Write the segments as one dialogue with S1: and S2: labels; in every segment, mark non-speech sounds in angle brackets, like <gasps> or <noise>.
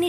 S1: 你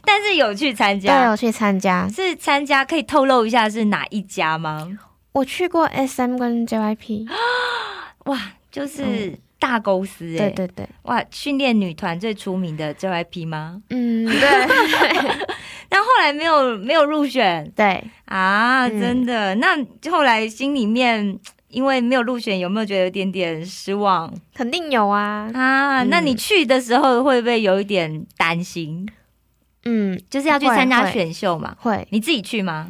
S2: 但是有去参
S3: <laughs> 对，
S2: 加，
S3: 我去参加，
S2: 是参加可以透露一下是哪一家吗？
S3: 我去过 SM 跟
S2: 啊
S3: JYP，
S2: 哇，就是大公司哎、
S3: 对对对，
S2: 哇，训练女团最出名的 JYP 吗？<laughs>
S3: 嗯，对
S2: 但后来没有没有入选
S3: 对，
S2: 啊，
S3: 嗯
S2: 真的。那后来心里面。因为没有入选，有没有觉得有点点失望
S3: 肯定有啊，
S2: 啊？
S3: 嗯
S2: 那你去的时候会不会有一点担心？
S3: 嗯，
S2: 就是要去参加
S3: 会会
S2: 选秀嘛？
S3: 会。
S2: 你自己去吗？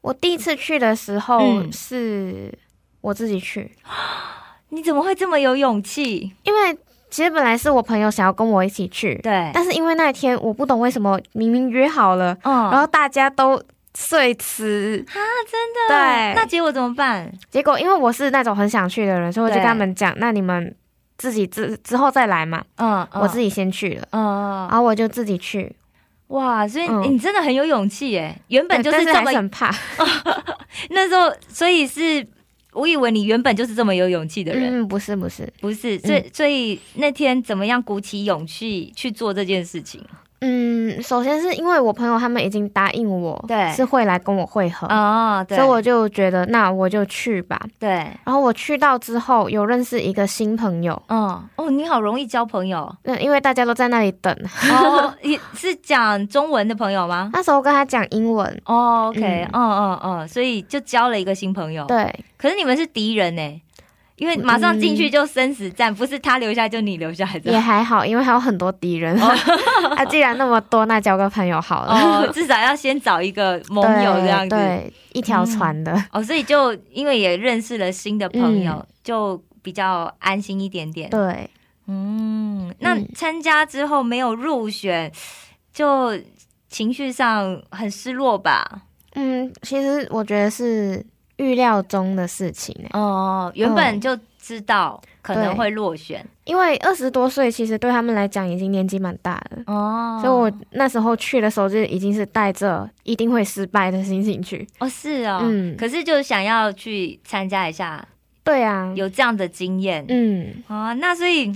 S3: 我第一次去的时候
S2: 嗯
S3: 是我自己去，
S2: 你怎么会这么有勇气？
S3: 因为其实本来是我朋友想要跟我一起去，
S2: 对，
S3: 但是因为那天我不懂为什么明明约好了，
S2: 嗯
S3: 然后大家都碎词。
S2: 真的？
S3: 对
S2: 那结果怎么办？
S3: 结果因为我是那种很想去的人，所以我就
S2: 对
S3: 跟他们讲，那你们自己之之后再来嘛，
S2: 嗯，嗯
S3: 我自己先去了，
S2: 嗯，
S3: 然后我就自己去。
S2: 哇，所以
S3: 嗯
S2: 你真的很有勇气耶！原本就是
S3: 但
S2: 这
S3: 还
S2: 么
S3: 是很怕，
S2: 那时候，所以是我以为你原本就是这么有勇气的人，
S3: 嗯，不是不是，
S2: 不是？所以、所以那天怎么样鼓起勇气去做这件事情？
S3: 嗯，首先是因为我朋友他们已经答应我，
S2: 对
S3: 是会来跟我会合，
S2: 哦，对，
S3: 所以我就觉得那我就去吧。
S2: 对，
S3: 然后我去到之后，有认识一个新朋友，
S2: 嗯，哦，你好容易交朋
S3: <laughs>
S2: 友
S3: 那因为大家都在那里等， <laughs>
S2: 哦，你是讲中文的朋友吗？
S3: 那时候跟他讲英文，
S2: 哦，OK，
S3: 嗯
S2: 嗯嗯嗯，所以就交了一个新朋友。，
S3: 对
S2: 可是你们是敌人呢，因为马上进去就生死战，不是他留下来就你留下来
S3: 也
S2: 的。
S3: 还好，因为还有很多敌人。 <laughs> 啊，既然那么多，那交个朋友好了。 <laughs>
S2: 哦，至少要先找一个盟友这样子。
S3: 对，对一条船的， <laughs>
S2: 哦，所以就因为也认识了新的朋友，就比较安心一点点。
S3: 嗯对，
S2: 嗯，那
S3: 嗯
S2: 参加之后没有入选，就情绪上很失落吧？
S3: 嗯，其实我觉得是预料中的事情欸
S2: 哦，原本就知道可能会落选
S3: 因为二十多岁其实对他们来讲已经年纪蛮大了。
S2: 哦，
S3: 所以我那时候去的时候，就已经是带着一定会失败的心情去。
S2: 哦是哦，
S3: 嗯
S2: 可是就想要去参加一下，
S3: 对啊，
S2: 有这样的经验
S3: 嗯，
S2: 啊、哦，那所以。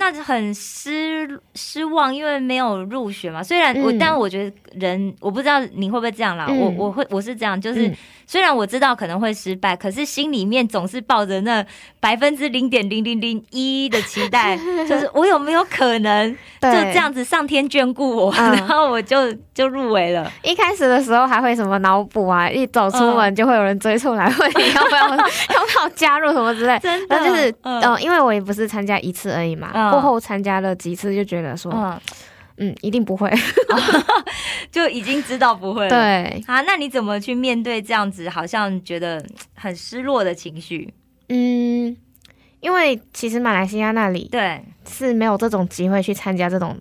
S2: 那就很失失望，因为没有入选嘛。虽然我，
S3: 嗯
S2: 但我觉得人，我不知道你会不会这样啦。
S3: 嗯
S2: 我我会我是这样，就是、
S3: 嗯
S2: 虽然我知道可能会失败，可是心里面总是抱着那百分之零点零零零一的期待，
S3: <laughs>
S2: 就是我有没有可能就
S3: 对，
S2: 这。样子上天眷顾我，<laughs>
S3: 嗯
S2: 然后我就就入围了。
S3: 一开始的时候还会什么脑补啊，一走出门就会有人追出来问你要
S2: <laughs>
S3: 不要要不要加入什么之类。
S2: 真的，
S3: 然后就是，
S2: 嗯
S3: 呃，因为我也不是参加一次而已嘛，
S2: 嗯
S3: 过后参加了几次就觉得说，
S2: 嗯，
S3: 嗯，一定不会。
S2: 就已经知道不会了。
S3: 对，
S2: 啊，那你怎么去面对这样子好像觉得嗯很失落的情绪？
S3: 嗯，因为其实马来西亚那里
S2: 对
S3: 是没有这种机会去参加这种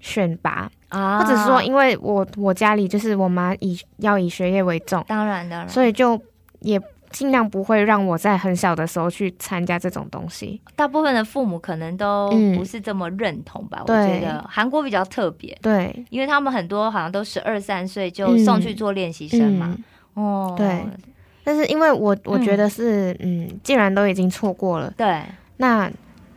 S3: 选拔，
S2: 啊
S3: 或者是说，因为我我家里就是我妈以要以学业为重，
S2: 当然当然，
S3: 所以就也尽量不会让我在很小的时候去参加这种东西。
S2: 大部分的父母可能都
S3: 嗯
S2: 不是这么认同吧。我
S3: 对
S2: 觉得韩国比较特别，
S3: 对，
S2: 因为他们很多好像都十二三岁就送去做练习生嘛。
S3: 嗯，
S2: 哦，
S3: 对但是因为我我
S2: 嗯
S3: 觉得是，嗯既然都已经错过了，
S2: 对
S3: 那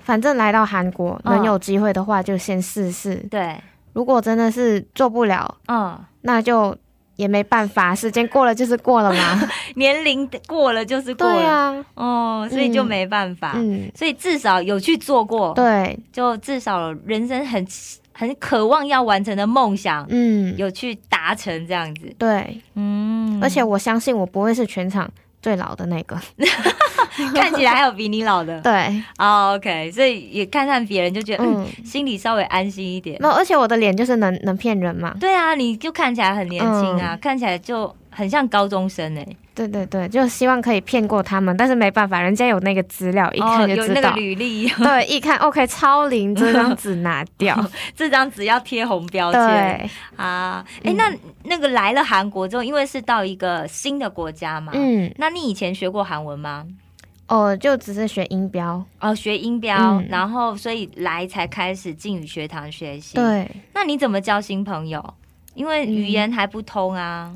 S3: 反正来到韩国
S2: 嗯
S3: 能有机会的话，就先试试。
S2: 对，
S3: 如果真的是做不了，
S2: 嗯，
S3: 那就也没办法，时间过了就是过了
S2: <laughs>
S3: 嘛。 <laughs>
S2: 年龄过了就是过
S3: 对
S2: 了，
S3: 啊，
S2: 哦，所以就没办法。
S3: 嗯，
S2: 所以至少有去做过，
S3: 对，
S2: 就至少人生很很渴望要完成的梦想，
S3: 嗯，
S2: 有去达成这样子。
S3: 对，
S2: 嗯，
S3: 而且我相信我不会是全场最老的那个。
S2: <laughs> 看起来还有比你老的。
S3: <laughs> 对，
S2: 哦、o k 所以也看看别人就觉得，嗯， <laughs>
S3: 嗯，
S2: 心里稍微安心一点
S3: 没。有，而且我的脸就是能能骗人嘛。
S2: 对啊，你就看起来很年轻
S3: 嗯
S2: 啊，看起来就很像高中生哎、
S3: 对对对，就希望可以骗过他们，但是没办法，人家有那个资料，一看就
S2: 哦有
S3: 知
S2: 那
S3: 道。
S2: 个履历， <laughs>
S3: 对，一看 OK，超龄这张纸拿掉。
S2: 这张纸要贴红标签
S3: 对，
S2: 啊。哎、
S3: 嗯
S2: 那那个来了韩国之后，因为是到一个新的国家嘛，
S3: 嗯，
S2: 那你以前学过韩文吗？
S3: 哦，就只是学音标。
S2: 哦，学音标，
S3: 嗯
S2: 然后所以来才开始进语学堂学习。，
S3: 对，
S2: 那你怎么交新朋友？因为语言还不通啊。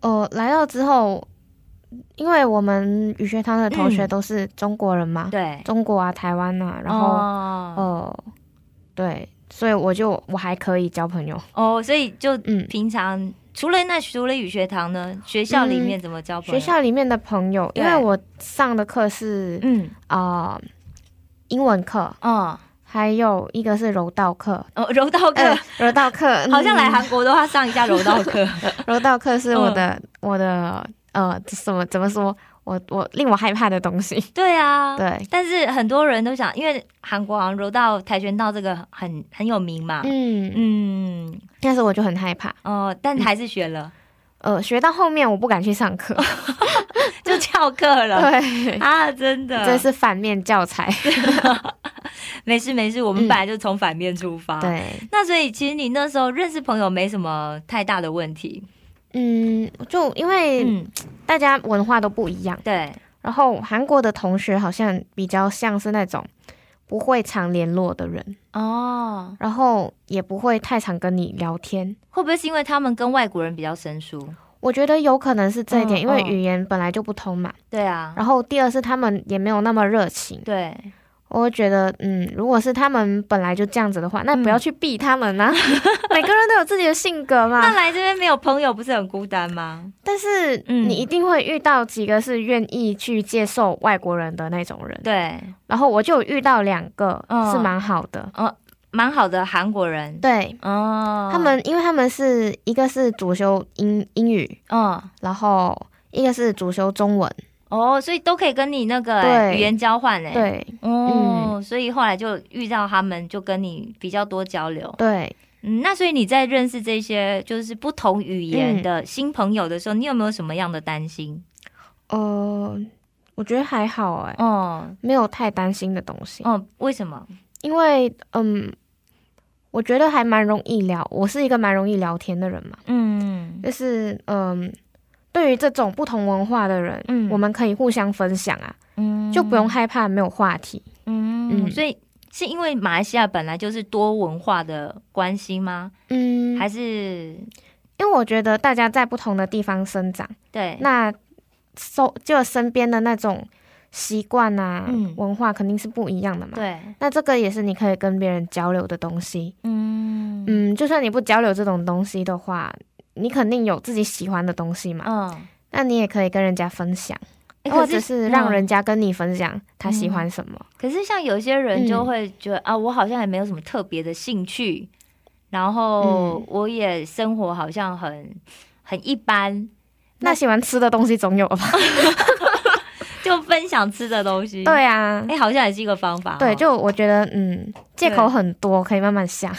S3: 哦，来到之后，因为我们语学堂的同学
S2: 嗯
S3: 都是中国人嘛，
S2: 对，
S3: 中国啊，台湾啊，然后
S2: 嗯哦
S3: 哦，对，所以我就我还可以交朋友。
S2: 哦，所以就
S3: 嗯，
S2: 平常除了那除了语学堂呢，学校里面怎么交朋
S3: 学
S2: 友？
S3: 校里面的朋友，因为
S2: 对
S3: 我上的课是
S2: 嗯
S3: 啊、呃英文课，
S2: 哦
S3: 还有一个是柔道课。
S2: 哦，柔道课、
S3: 呃，
S2: <laughs>
S3: 柔道课、
S2: 好像来
S3: 嗯
S2: 韩国都要上一下柔道课
S3: 柔道课是
S2: 嗯
S3: 我的、我的呃什么怎么说？我我令我害怕的东西。
S2: <laughs> 对啊，。
S3: 对，
S2: 但是很多人都想，因为韩国好像柔道、跆拳道这个很很有名嘛，
S3: 嗯，
S2: 嗯，
S3: 但是我就很害怕。
S2: 哦，但
S3: 嗯
S2: 还是学了， <laughs>
S3: 呃，学到后面我不敢去上课。
S2: 就翘课了
S3: <laughs> 对，
S2: 啊！真的，
S3: 这是反面教材。
S2: 没事没事，我们
S3: 嗯
S2: 本来就从反面出发。，
S3: 对，
S2: 那所以其实你那时候认识朋友没什么太大的问题，
S3: 嗯，就因为
S2: 嗯，
S3: 大家文化都不一样，
S2: 对，
S3: 然后韩国的同学好像比较像是那种不会常联络的人，
S2: 哦，
S3: 然后也不会太常跟你聊天。
S2: 会不会是因为他们跟外国人比较生疏？
S3: 我觉得有可能是这一点，
S2: 嗯
S3: 因为
S2: 嗯
S3: 语言本来就不通嘛。
S2: 对啊，
S3: 然后第二是他们也没有那么热情，
S2: 对，
S3: 我会觉得，嗯，如果是他们本来就这样子的话，那不要去避他们 <laughs> 啊。每个人都有自己的性格
S2: 那
S3: 嘛。
S2: 来这边没有朋友，不是很孤单吗？
S3: 但是
S2: 嗯
S3: 你一定会遇到几个是愿意去接受外国人的那种人。
S2: 对，
S3: 然后我就有遇到两个
S2: 嗯
S3: 是蛮好的，
S2: 蛮好的韩国人。
S3: 对
S2: 哦，
S3: 他们，因为他们是一个是主修英英语，
S2: 嗯
S3: 然后一个是主修中文，
S2: 哦，所以都可以跟你那个、欸、
S3: 对
S2: 语言交换哎、欸。。
S3: 对嗯
S2: 哦、所以后来就遇到他们，就跟你比较多交流。
S3: 对，
S2: 嗯，那所以你在认识这些就是不同语
S3: 嗯
S2: 言的新朋友的时候，你有没有什么样的担心？
S3: 呃，我觉得还好哎、
S2: 哦，
S3: 没有太担心的东西，
S2: 哦，为什么？
S3: 因为嗯，我觉得还蛮容易聊，我是一个蛮容易聊天的人嘛，
S2: 嗯
S3: 就是嗯，对于这种不同文化的人，
S2: 嗯
S3: 我们可以互相分享啊，
S2: 嗯
S3: 就不用害怕没有话题，
S2: 嗯
S3: 嗯
S2: 所以是因为马来西亚本来就是多文化的关系吗？
S3: 嗯，
S2: 还是
S3: 因为我觉得大家在不同的地方生长。
S2: 对？
S3: 那收就身边的那种习惯啊、
S2: 嗯
S3: 文化肯定是不一样的嘛。，
S2: 对，
S3: 那这个也是你可以跟别人交流的东西。
S2: 嗯嗯
S3: 嗯，就算你不交流这种东西的话，你肯定有自己喜欢的东西嘛。
S2: 嗯，
S3: 那你也可以跟人家分享，
S2: 欸
S3: 或者是
S2: 嗯
S3: 让。人家跟你分享他喜欢什么。
S2: 可是像有些人
S3: 嗯
S2: 就会觉得、啊，我好像也没有什么特别的兴趣，然后
S3: 嗯
S2: 我也生活好像很很一般，那
S3: 那喜欢吃的东西总有吧？
S2: 就分享吃的东西。，
S3: 对啊
S2: 哎、，好像也是一个方法哦。
S3: 对，就我觉得，嗯，借口很多，可以慢慢想。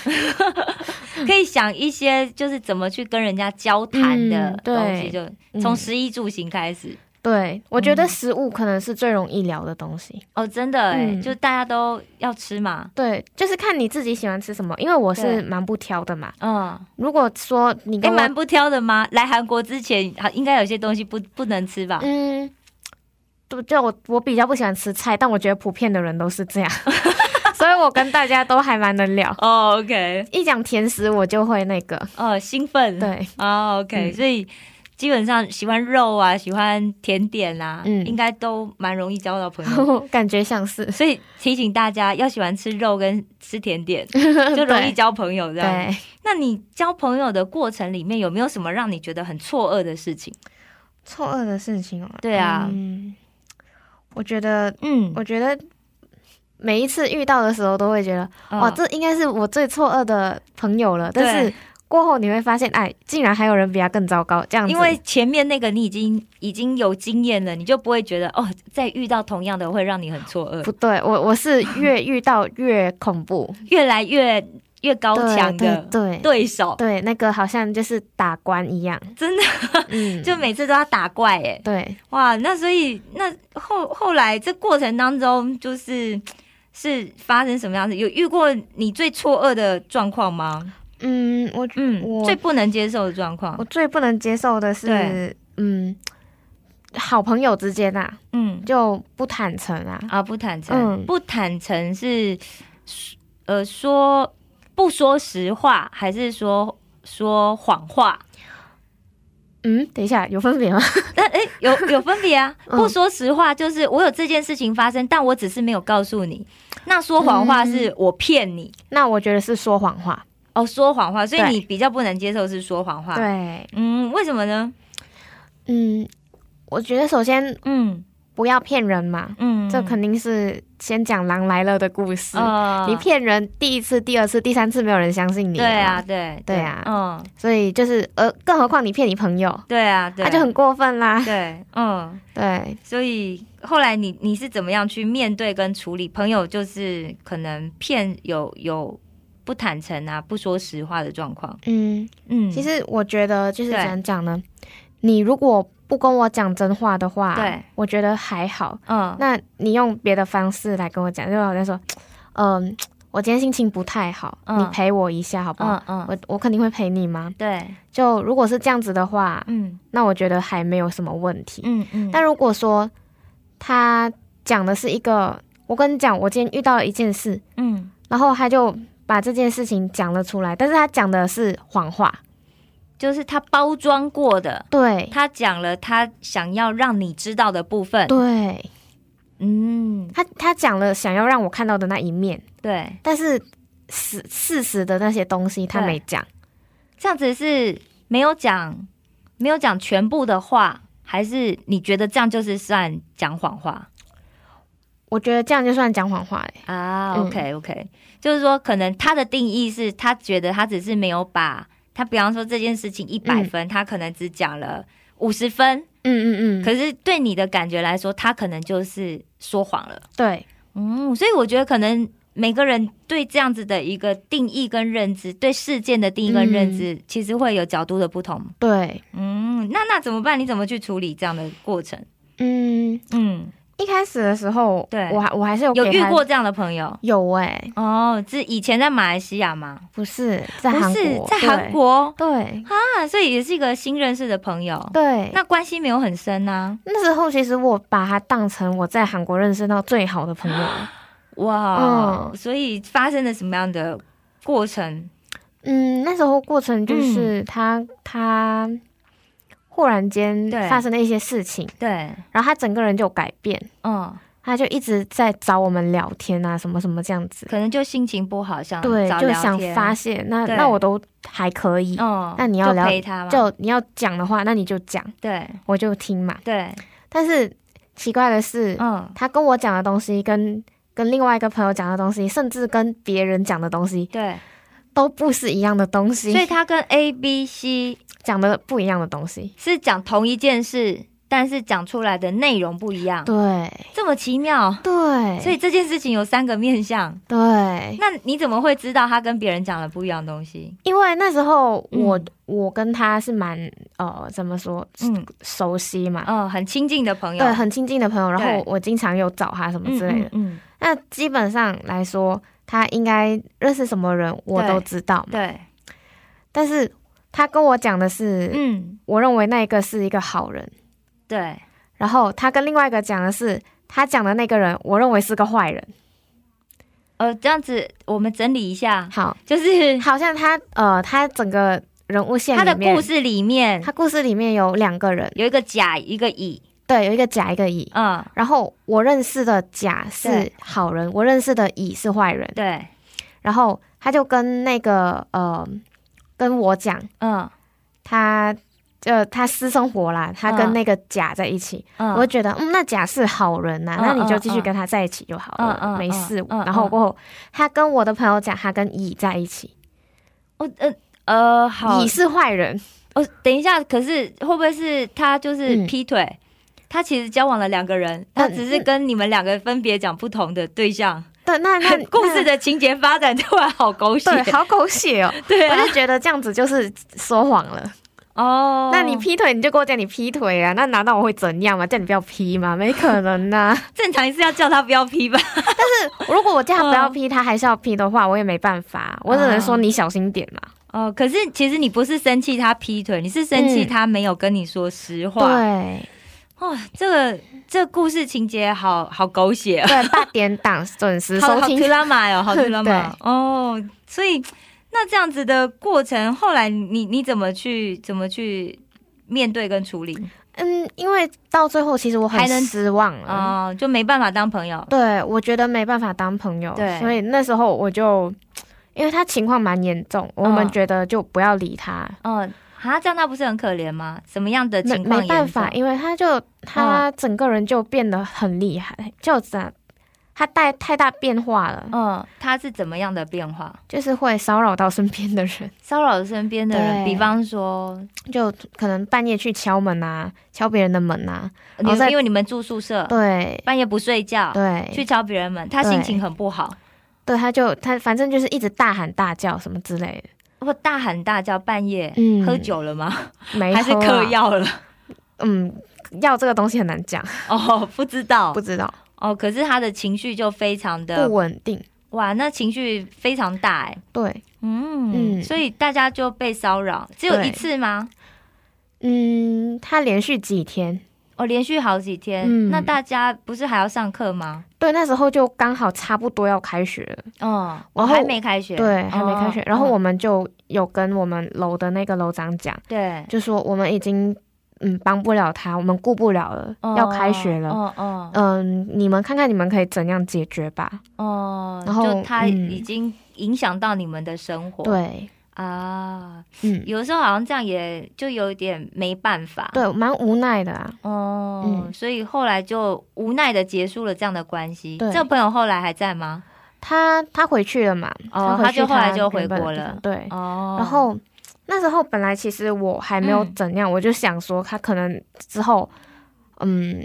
S2: 可以想一些就是怎么去跟人家交谈的
S3: 嗯
S2: 东西，
S3: 对
S2: 就从
S3: 嗯
S2: 食衣住行开始。
S3: 对，我觉
S2: 嗯
S3: 得食物可能是最容易聊的东西。
S2: 哦，真的哎、
S3: 嗯
S2: 就大家都要吃嘛。
S3: 对，就是看你自己喜欢吃什么，因为我
S2: 对
S3: 是蛮不挑的嘛。
S2: 嗯，
S3: 如果说你
S2: 哎、
S3: 跟我、
S2: 蛮不挑的吗？来韩国之前，好应该有些东西不不能吃吧？
S3: 嗯，对，就我我比较不喜欢吃菜，但我觉得普遍的人都是
S2: <laughs>
S3: 这样，所以我跟大家都还蛮能聊。
S2: 哦，OK，
S3: 一讲甜食，我就会那个，
S2: 哦，兴奋。
S3: 对，
S2: 哦，OK，、
S3: 嗯
S2: 所以基本上喜欢肉啊，喜欢甜点啊，
S3: 嗯
S2: 应该都蛮容易交到朋 <laughs> 友。
S3: <laughs> 感觉像是
S2: 所以提醒大家要喜欢吃肉跟吃甜 <laughs> 点，就容易交朋友这样。
S3: 对
S2: 那你交朋友的过程里面有没有什么让你觉得很错愕的事情？
S3: 错愕的事情哦。
S2: 对啊
S3: 嗯，我觉得，
S2: 嗯，
S3: 我觉得每一次遇到的时候，都会觉得
S2: 嗯
S3: 哇，这应该是我最错愕的朋友了。
S2: 对
S3: 但是过后你会发现，哎，竟然还有人比他更糟糕，这样子。
S2: 因为前面那个你已经已经有经验了，你就不会觉得哦，再遇到同样的会让你很错愕，
S3: 不对，我我是越遇到越恐怖，
S2: 越来越越高强的
S3: 对对对
S2: 对手，
S3: 对，那个好像就是打官一样，
S2: 真的 <laughs>
S3: 嗯，
S2: 就每次都要打怪哎、
S3: 对，
S2: 哇，那所以那后后来这过程当中，就是是发生什么样子？有遇过你最错愕的状况吗？
S3: 嗯，我
S2: 嗯，
S3: 我
S2: 最不能接受的状况
S3: 我。最不能接受的是
S2: 对，
S3: 嗯，好朋友之间啊，
S2: 嗯，
S3: 就不坦诚啊，
S2: 啊，不坦诚，
S3: 嗯
S2: 不坦诚是呃说不说实话，还是说说谎话？
S3: 嗯，等一下有分别吗？
S2: 那诶、有有分别
S3: <laughs>
S2: 啊！
S3: 嗯
S2: 不说实话就是我有这件事情发生，但我只是没有告诉你。那说谎话
S3: 嗯
S2: 是我骗你。
S3: <laughs> 那我觉得是说谎话，
S2: 哦，说谎话，所以
S3: 对
S2: 你比较不能接受是说谎话。
S3: 对，
S2: 嗯，为什么呢？
S3: 嗯，我觉得首先
S2: 嗯
S3: 不要骗人嘛，
S2: 嗯
S3: 这肯定是先讲狼来了的故事。
S2: 呃
S3: 你骗人第一次、第二次、第三次，没有人相信你。
S2: 对啊，，对
S3: 对啊
S2: 嗯，
S3: 所以就是呃，更何况你骗你朋友，
S2: 对啊，对，
S3: 那就很过分啦。
S2: 对，嗯，
S3: 对，
S2: 所以后来你你是怎么样去面对跟处理朋友就是可能骗有有不坦诚啊，不说实话的状况？
S3: 嗯，
S2: 嗯，
S3: 其实我觉得就是
S2: 对
S3: 怎样讲呢？你如果不跟我讲真话的话，
S2: 对，
S3: 我觉得还好。
S2: 嗯
S3: 那你用别的方式来跟我讲，就好像说，嗯、我今天心情不太好，
S2: 嗯
S3: 你陪我一下好不好？
S2: 嗯嗯，
S3: 我我肯定会陪你嘛。
S2: 对，
S3: 就如果是这样子的话，
S2: 嗯
S3: 那我觉得还没有什么问题。
S2: 嗯嗯，
S3: 但如果说他讲的是一个，我跟你讲，我今天遇到了一件事，
S2: 嗯
S3: 然后他就把这件事情讲了出来，但是他讲的是谎话，
S2: 就是他包装过的，
S3: 对
S2: 他讲了他想要让你知道的部分，
S3: 对，
S2: 嗯，
S3: 他他讲了想要让我看到的那一面，
S2: 对，
S3: 但是事事实的那些东西他
S2: 对
S3: 没讲，
S2: 这样子是没有讲没有讲全部的话，还是你觉得这样就是算讲谎话？
S3: 我觉得这样就算讲谎话哎、
S2: 啊
S3: 嗯
S2: ，OK OK，就是说，可能他的定义是他觉得他只是没有把他，比方说这件事情一百
S3: 嗯
S2: 分，他可能只讲了五十分，
S3: 嗯嗯嗯，
S2: 可是对你的感觉来说，他可能就是说谎了。
S3: 对
S2: 嗯，所以我觉得可能每个人对这样子的一个定义跟认知，对事件的定义跟认知，
S3: 嗯
S2: 其实会有角度的不同。
S3: 对，
S2: 嗯，那那怎么办？你怎么去处理这样的过程？
S3: 嗯，
S2: 嗯，
S3: 一开始的时候，
S2: 对
S3: 我还我还是有
S2: 有
S3: 给
S2: 遇
S3: 他
S2: 过这样的朋友
S3: 有哎、
S2: 哦，是以前在马来西亚吗？
S3: 不是在
S2: 不
S3: 韩
S2: 是
S3: 国，
S2: 在韩国
S3: 对
S2: 啊，所以也是一个新认识的朋友，
S3: 对。那
S2: 那关系没有很深啊。
S3: 那时候其实我把他当成我在韩国认识到最好的
S2: <laughs>
S3: 朋友，
S2: 哇、
S3: 嗯
S2: 所以发生了什么样的过程？
S3: 嗯，那时候过程
S2: 嗯
S3: 就是他、他忽然间
S2: 对
S3: 发生了一些事情，
S2: 对，
S3: 然后他整个人就改变，
S2: 嗯，
S3: 他就一直在找我们聊天啊，什么什么这样子，
S2: 可能就心情不好，想
S3: 对，
S2: 嗯找
S3: 就
S2: 聊
S3: 想
S2: 天
S3: 发，泄，那
S2: 对
S3: 那我都还可以，
S2: 嗯
S3: 那你要
S2: 就
S3: 聊
S2: 陪他吗？
S3: 就你要讲的话，那你就讲，
S2: 对
S3: 我就听嘛。
S2: 对，
S3: 但是奇怪的是，
S2: 嗯，
S3: 他跟我讲的东西跟。跟另外一个朋友讲的东西，甚至跟别人讲的东西
S2: 对，
S3: 都不是一样的东西，
S2: 所以他跟 A、B、C
S3: 讲的不一样的东西。
S2: 是讲同一件事，但是讲出来的内容不一样，
S3: 对
S2: 这么奇妙。
S3: 对，
S2: 嗯所以这件事情有三个面向，
S3: 对，
S2: 那你怎么会知道他跟别人讲了不一样的东西？
S3: 因为那时候我、
S2: 嗯
S3: 我跟他是蛮呃怎么说
S2: 嗯
S3: 熟悉嘛，
S2: 嗯，很亲近的朋友，
S3: 对，很亲近的朋友，然后
S2: 对
S3: 我我经常有找他什么
S2: 嗯
S3: 之类的。
S2: 嗯
S3: 那基本上来说，他应该认识什么人我都知道
S2: 嗯
S3: 嘛，
S2: 对，
S3: 但是他跟我讲的是，
S2: 嗯，
S3: 我认为那一个是一个好人，
S2: 对，
S3: 然后他跟另外一个讲的是。他讲的那个人，我认为是个坏人。
S2: 呃，这样子我们整理一下，
S3: 好， <laughs>
S2: 就是
S3: 好像他呃，他整个人物线
S2: 他的
S3: 里面
S2: 故事里面
S3: 他故事里面有两个人，
S2: 有一个甲，一个乙，
S3: 对，有一个甲，一个乙。
S2: 嗯，
S3: 然后我认识的甲是
S2: 对
S3: 好人，我认识的乙是坏人。
S2: 对，
S3: 然后他就跟那个呃，跟我讲，
S2: 嗯
S3: 他呃他私生活啦，他跟
S2: 嗯
S3: 那个甲在一起，
S2: 嗯，
S3: 我就觉得嗯，那甲是好人呐、
S2: 嗯
S3: 那你就
S2: 嗯
S3: 继续
S2: 嗯
S3: 跟他在一起就好了，
S2: 嗯嗯
S3: 没事。
S2: 嗯嗯
S3: 然后过后，他跟我的朋友讲，他跟乙在一起，
S2: 我呃呃好
S3: 乙，是坏人，
S2: 哦，等一下，可是会不会是他就是
S3: 嗯
S2: 劈腿？他其实交往了两个人，他
S3: 嗯
S2: 只是跟你们两个分别讲不同的对象，
S3: 对，那
S2: <laughs>
S3: 那
S2: 故事
S3: 的
S2: 的情节发展突然好狗血，
S3: 对，好狗血哦。
S2: 对
S3: 我
S2: 啊，
S3: 就觉得这样子就是说谎了。
S2: 哦，
S3: 那你劈腿，你就跟我讲你劈腿啊？那难道我会怎样嘛？叫你不要劈嘛？没可能呐、
S2: 正常是要叫他不要劈吧？ <laughs>
S3: 如果我叫他不要
S2: 嗯
S3: 劈，他还是要劈的话，我也没办法，我
S2: 啊
S3: 只能说你小心点
S2: <laughs>
S3: 嘛。
S2: 哦，可是其实你不是生气他劈腿，你是生气
S3: 嗯
S2: 他没有跟你说实话。
S3: 对
S2: 哦，这个这故事情节好好狗血、哦，
S3: 对，八点档准时
S2: 好
S3: 收
S2: 好
S3: 听。
S2: 拉玛
S3: <laughs>
S2: 哦，好
S3: 对
S2: 推拉玛哦。所以那这样子的过程，后来你你怎么去怎么去面对跟处理？
S3: 嗯，因为到最后其实我很
S2: 还能
S3: 失望了。
S2: 哦，就没办法当朋友。
S3: 对，我觉得没办法当朋友，
S2: 对
S3: 所以那时候我就，因为他情况蛮严重，我们
S2: 嗯
S3: 觉得就不要理他，
S2: 哦，啊，这样他不是很可怜吗？什么样的
S3: 没
S2: 嗯情况严
S3: 没
S2: 重？
S3: 办法，因为他就他整个人就变得很厉害，就这样，他带太大变化了，
S2: 嗯，他是怎么样的变化？
S3: 就是会骚扰到身边的人，
S2: 骚扰身边的人，
S3: 对
S2: 比方说，
S3: 就可能半夜去敲门啊，敲别人的门啊，
S2: 你
S3: 然后再
S2: 因为你们住宿舍，
S3: 对
S2: 半夜不睡觉，啊去
S3: 对
S2: 敲别人门，他心情很不好，
S3: 对，他就他反正就是一直大喊大叫什么之类
S2: 或大喊大叫，半夜、
S3: 嗯
S2: 喝酒了吗？
S3: 的，没
S2: 还是
S3: 喝啊
S2: 嗑，药了？ <laughs>
S3: 嗯，药这个东西很难讲，
S2: 哦，不知道
S3: 不知道
S2: 哦，可是他的情绪就非常的
S3: 不稳定，
S2: 哇，那情绪非常大哎，
S3: 对，
S2: 嗯
S3: 嗯
S2: 所以大家就被骚扰，只有
S3: 对
S2: 一次吗？
S3: 嗯，他连续几天，
S2: 哦，连续好几天、
S3: 嗯
S2: 那大家不是还要上课吗？
S3: 对，那时候就刚好差不多要开学了，
S2: 哦，我
S3: 然后
S2: 还没开学，
S3: 对，还没
S2: 哦
S3: 开学。然后
S2: 嗯
S3: 我们就有跟我们楼的那个楼长讲，
S2: 对
S3: 就说我们已经嗯帮不了他，我们顾不了了，要开学了。
S2: 哦哦
S3: 嗯，你们看看你们可以怎样解决吧。
S2: 哦，
S3: 然后
S2: 就他
S3: 嗯
S2: 已经影响到你们的生活，
S3: 对，
S2: 啊，
S3: 嗯，
S2: 有的时候好像这样也就有点没办法，
S3: 对，蛮无奈的啊。
S2: 哦、
S3: 嗯
S2: 所以后来就无奈的结束了这样的关系。
S3: 对
S2: 这个朋友后来还在吗？
S3: 他他回去了嘛，
S2: 哦
S3: 回
S2: 他
S3: 去
S2: 就后来就回
S3: 原本的
S2: 国
S3: 地
S2: 了
S3: 方对，
S2: 哦，
S3: 然后那时候本来其实我还没有
S2: 嗯
S3: 怎样，我就想说他可能之后，嗯，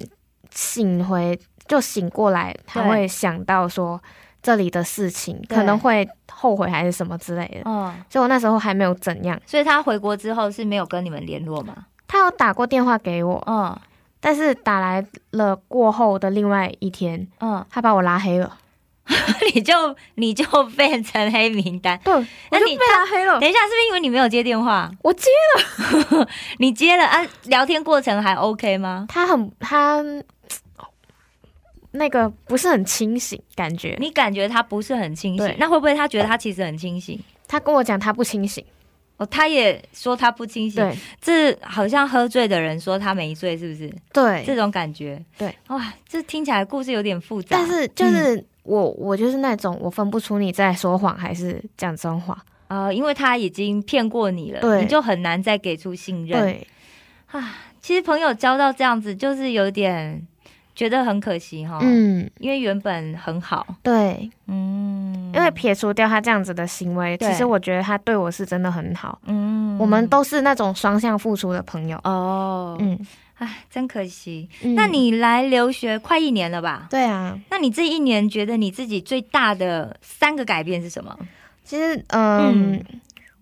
S3: 醒回就醒过来，他
S2: 对
S3: 会想到说这里的事情，
S2: 对
S3: 可能会后悔还是什么之类的。
S2: 嗯，
S3: 所以我那时候还没有怎样，
S2: 所以他回国之后是没有跟你们联络吗？
S3: 他有打过电话给我，
S2: 嗯
S3: 但是打来了过后的另外一天，
S2: 嗯，
S3: 他把我拉黑了。
S2: <laughs> 你就你就变成黑名单。
S3: 对，我
S2: 那
S3: 就
S2: 你
S3: 被拉黑了
S2: 等。一下，是不是因为你没有接电话？
S3: 我接
S2: 你接了啊？聊天过程还 OK 吗？
S3: 他很他那个不是很清醒，感觉
S2: 你感觉他不是很清醒
S3: 对，
S2: 那会不会他觉得他其实很清醒？
S3: 他跟我讲他不清醒，
S2: 哦，他也说他不清醒，
S3: 对
S2: 这好像喝醉的人说他没醉，是不是？这
S3: 对，
S2: 种感觉。
S3: 对，
S2: 哇，这听起来故事有点复杂。
S3: 但是就是。我我就是那种我分不出你在说谎还是讲真话，
S2: 呃，因为他已经骗过你了，
S3: 对
S2: 你就很难再给出信任。
S3: 对
S2: 其实朋友交到这样子，就是有点觉得很可惜哈。
S3: 嗯
S2: 因为原本很好，
S3: 对，
S2: 嗯，
S3: 因为撇除掉他这样子的行为，
S2: 对
S3: 其实我觉得他对我是真的很好，
S2: 嗯
S3: 我们都是那种双向付出的朋友，
S2: 哦，
S3: 嗯，
S2: 哎，真可惜。
S3: 嗯
S2: 那你来留学快一年了吧？
S3: 对啊，
S2: 那你这一年觉得你自己最大的三个改变是什么？
S3: 其实嗯，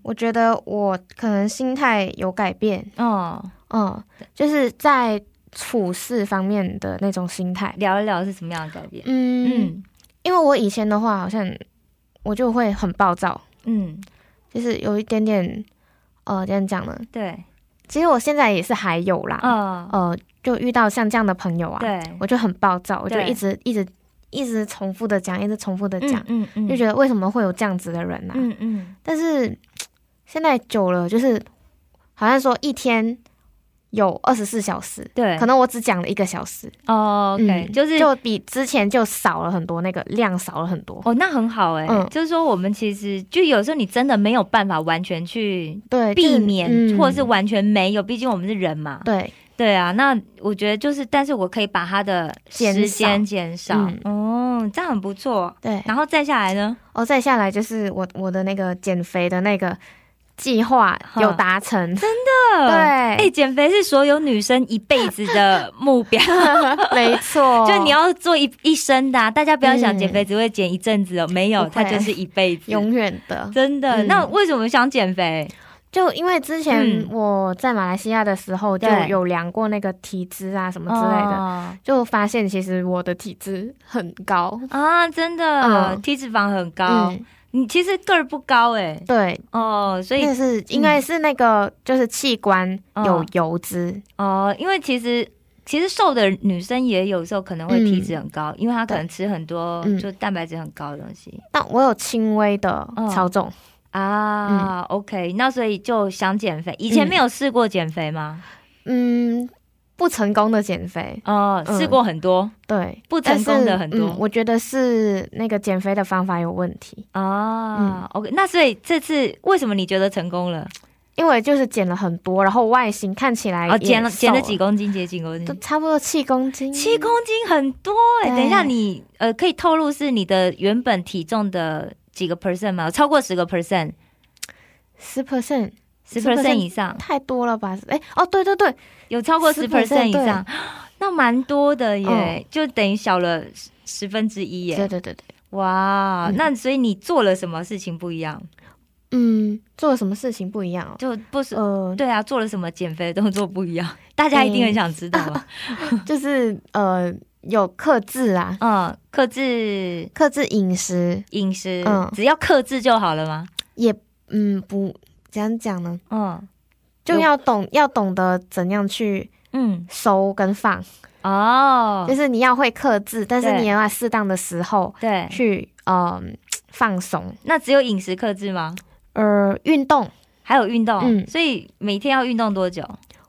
S3: 我觉得我可能心态有改变，
S2: 哦，
S3: 嗯，就是在处事方面的那种心态。
S2: 聊一聊是什么样的改变？
S3: 嗯，
S2: 嗯
S3: 因为我以前的话，好像我就会很暴躁，
S2: 嗯，
S3: 就是有一点点，呃，这样讲呢。
S2: 对，
S3: 其实我现在也是还有啦，
S2: 哦，
S3: 呃，就遇到像这样的朋友啊，
S2: 对，
S3: 我就很暴躁，我就
S2: 对
S3: 一直一直一直重复的讲，一直重复的讲，
S2: 嗯嗯
S3: 就觉得为什么会有这样子的人呢、啊？
S2: 嗯嗯，
S3: 但是现在久了，就是好像说一天有二十四小时，
S2: 对，
S3: 可能我只讲了一个小时，
S2: 哦，OK，、
S3: 嗯
S2: 就是
S3: 就比之前就少了很多，那个量少了很多。
S2: 哦，那很好哎、
S3: 嗯
S2: 就是说我们其实就有时候你真的没有办法完全去
S3: 对，就
S2: 避
S3: 是
S2: 免，
S3: 嗯
S2: 或者是完全没有，毕竟我们是人嘛。
S3: 对
S2: 对啊，那我觉得就是，但是我可以把它的
S3: 减
S2: 时
S3: 少
S2: 间减少，哦，这样很不错。
S3: 对。
S2: 然后再下来呢？
S3: 哦，再下来就是我我的那个减肥的那个计划
S2: 哈
S3: 有达成，
S2: 对
S3: <laughs> 对
S2: 哎、减肥是所有女生一辈子的目标，
S3: 没错，
S2: 就你要做一一生的、啊。大家不要想
S3: 嗯
S2: 减肥只会减一阵子哦，没有，
S3: 不
S2: 它
S3: 会
S2: 就是一辈子。
S3: 永远的。
S2: 真的、
S3: 嗯
S2: 那为什么想减肥？
S3: 就因为之前
S2: 嗯
S3: 我在马来西亚的时候，就
S2: 对
S3: 有量过那个体脂啊什么之类的，
S2: 哦
S3: 就发现其实我的体脂很高。
S2: 啊，真的，
S3: 嗯
S2: 体脂肪很高。，你其实个儿不高哎、
S3: 对，
S2: 哦，所以
S3: 那是嗯应该是那个就是器官有
S2: 嗯
S3: 油脂，
S2: 哦，因为其实其实瘦的女生也有时候可能会
S3: 嗯
S2: 体脂很高，因为她可能吃很多
S3: 嗯
S2: 就蛋白质很高的东西、
S3: 但我有轻微的
S2: 嗯
S3: 超重，
S2: 啊。OK，那所以就想减肥，以前
S3: 嗯
S2: 没有试过减肥吗？
S3: 嗯，不成功的减肥，
S2: 哦，
S3: 嗯
S2: 试过很多。
S3: 对，
S2: 不成功的
S3: 但是
S2: 很多
S3: 嗯我觉得是那个减肥的方法有问题，
S2: 啊、o k 那所以这次为什么你觉得成功了？
S3: 因为就是减了很多，然后外形看起来
S2: 哦，减了
S3: 哎也瘦
S2: 减了几，公斤，减几公
S3: 都
S2: 斤，
S3: 差不多七公斤，
S2: 七公斤很多哎、
S3: 对
S2: 等一下你，呃可以透露是你的原本体重的几个 percent 吗？超过十个 percent，
S3: 十 percent
S2: 十
S3: 10%
S2: percent 以上，
S3: 太多了吧？哎，哦，对对对，
S2: 有超过十 percent
S3: 10%
S2: 以上，那蛮多的耶，
S3: 嗯
S2: 就等于小了十十分之一耶。
S3: 对对对对，
S2: 哇，
S3: 嗯
S2: 那所以你做了什么事情不一样？
S3: 嗯，做了什么事情不一样哦？
S2: 就不是、
S3: 呃，
S2: 对啊，
S3: <laughs>
S2: 啊做了什么减肥的动作不一样？大家一定很想知道吧？
S3: 就是呃，有克制啊，
S2: 嗯，克制
S3: 克制饮食
S2: 饮食，
S3: 嗯
S2: 只要克制就好了吗？
S3: 也嗯不怎样讲呢，
S2: 嗯
S3: 就
S2: 有
S3: 要懂要懂得怎样去
S2: 嗯，
S3: 收跟放，
S2: 哦
S3: 就，是你要会克制，但是
S2: 对
S3: 你也要在适当的时候
S2: 对，
S3: 去嗯放松，
S2: 那只有饮食克制吗？
S3: 呃，运动。
S2: 还有运动，啊
S3: 嗯
S2: 所以每天要运动多久？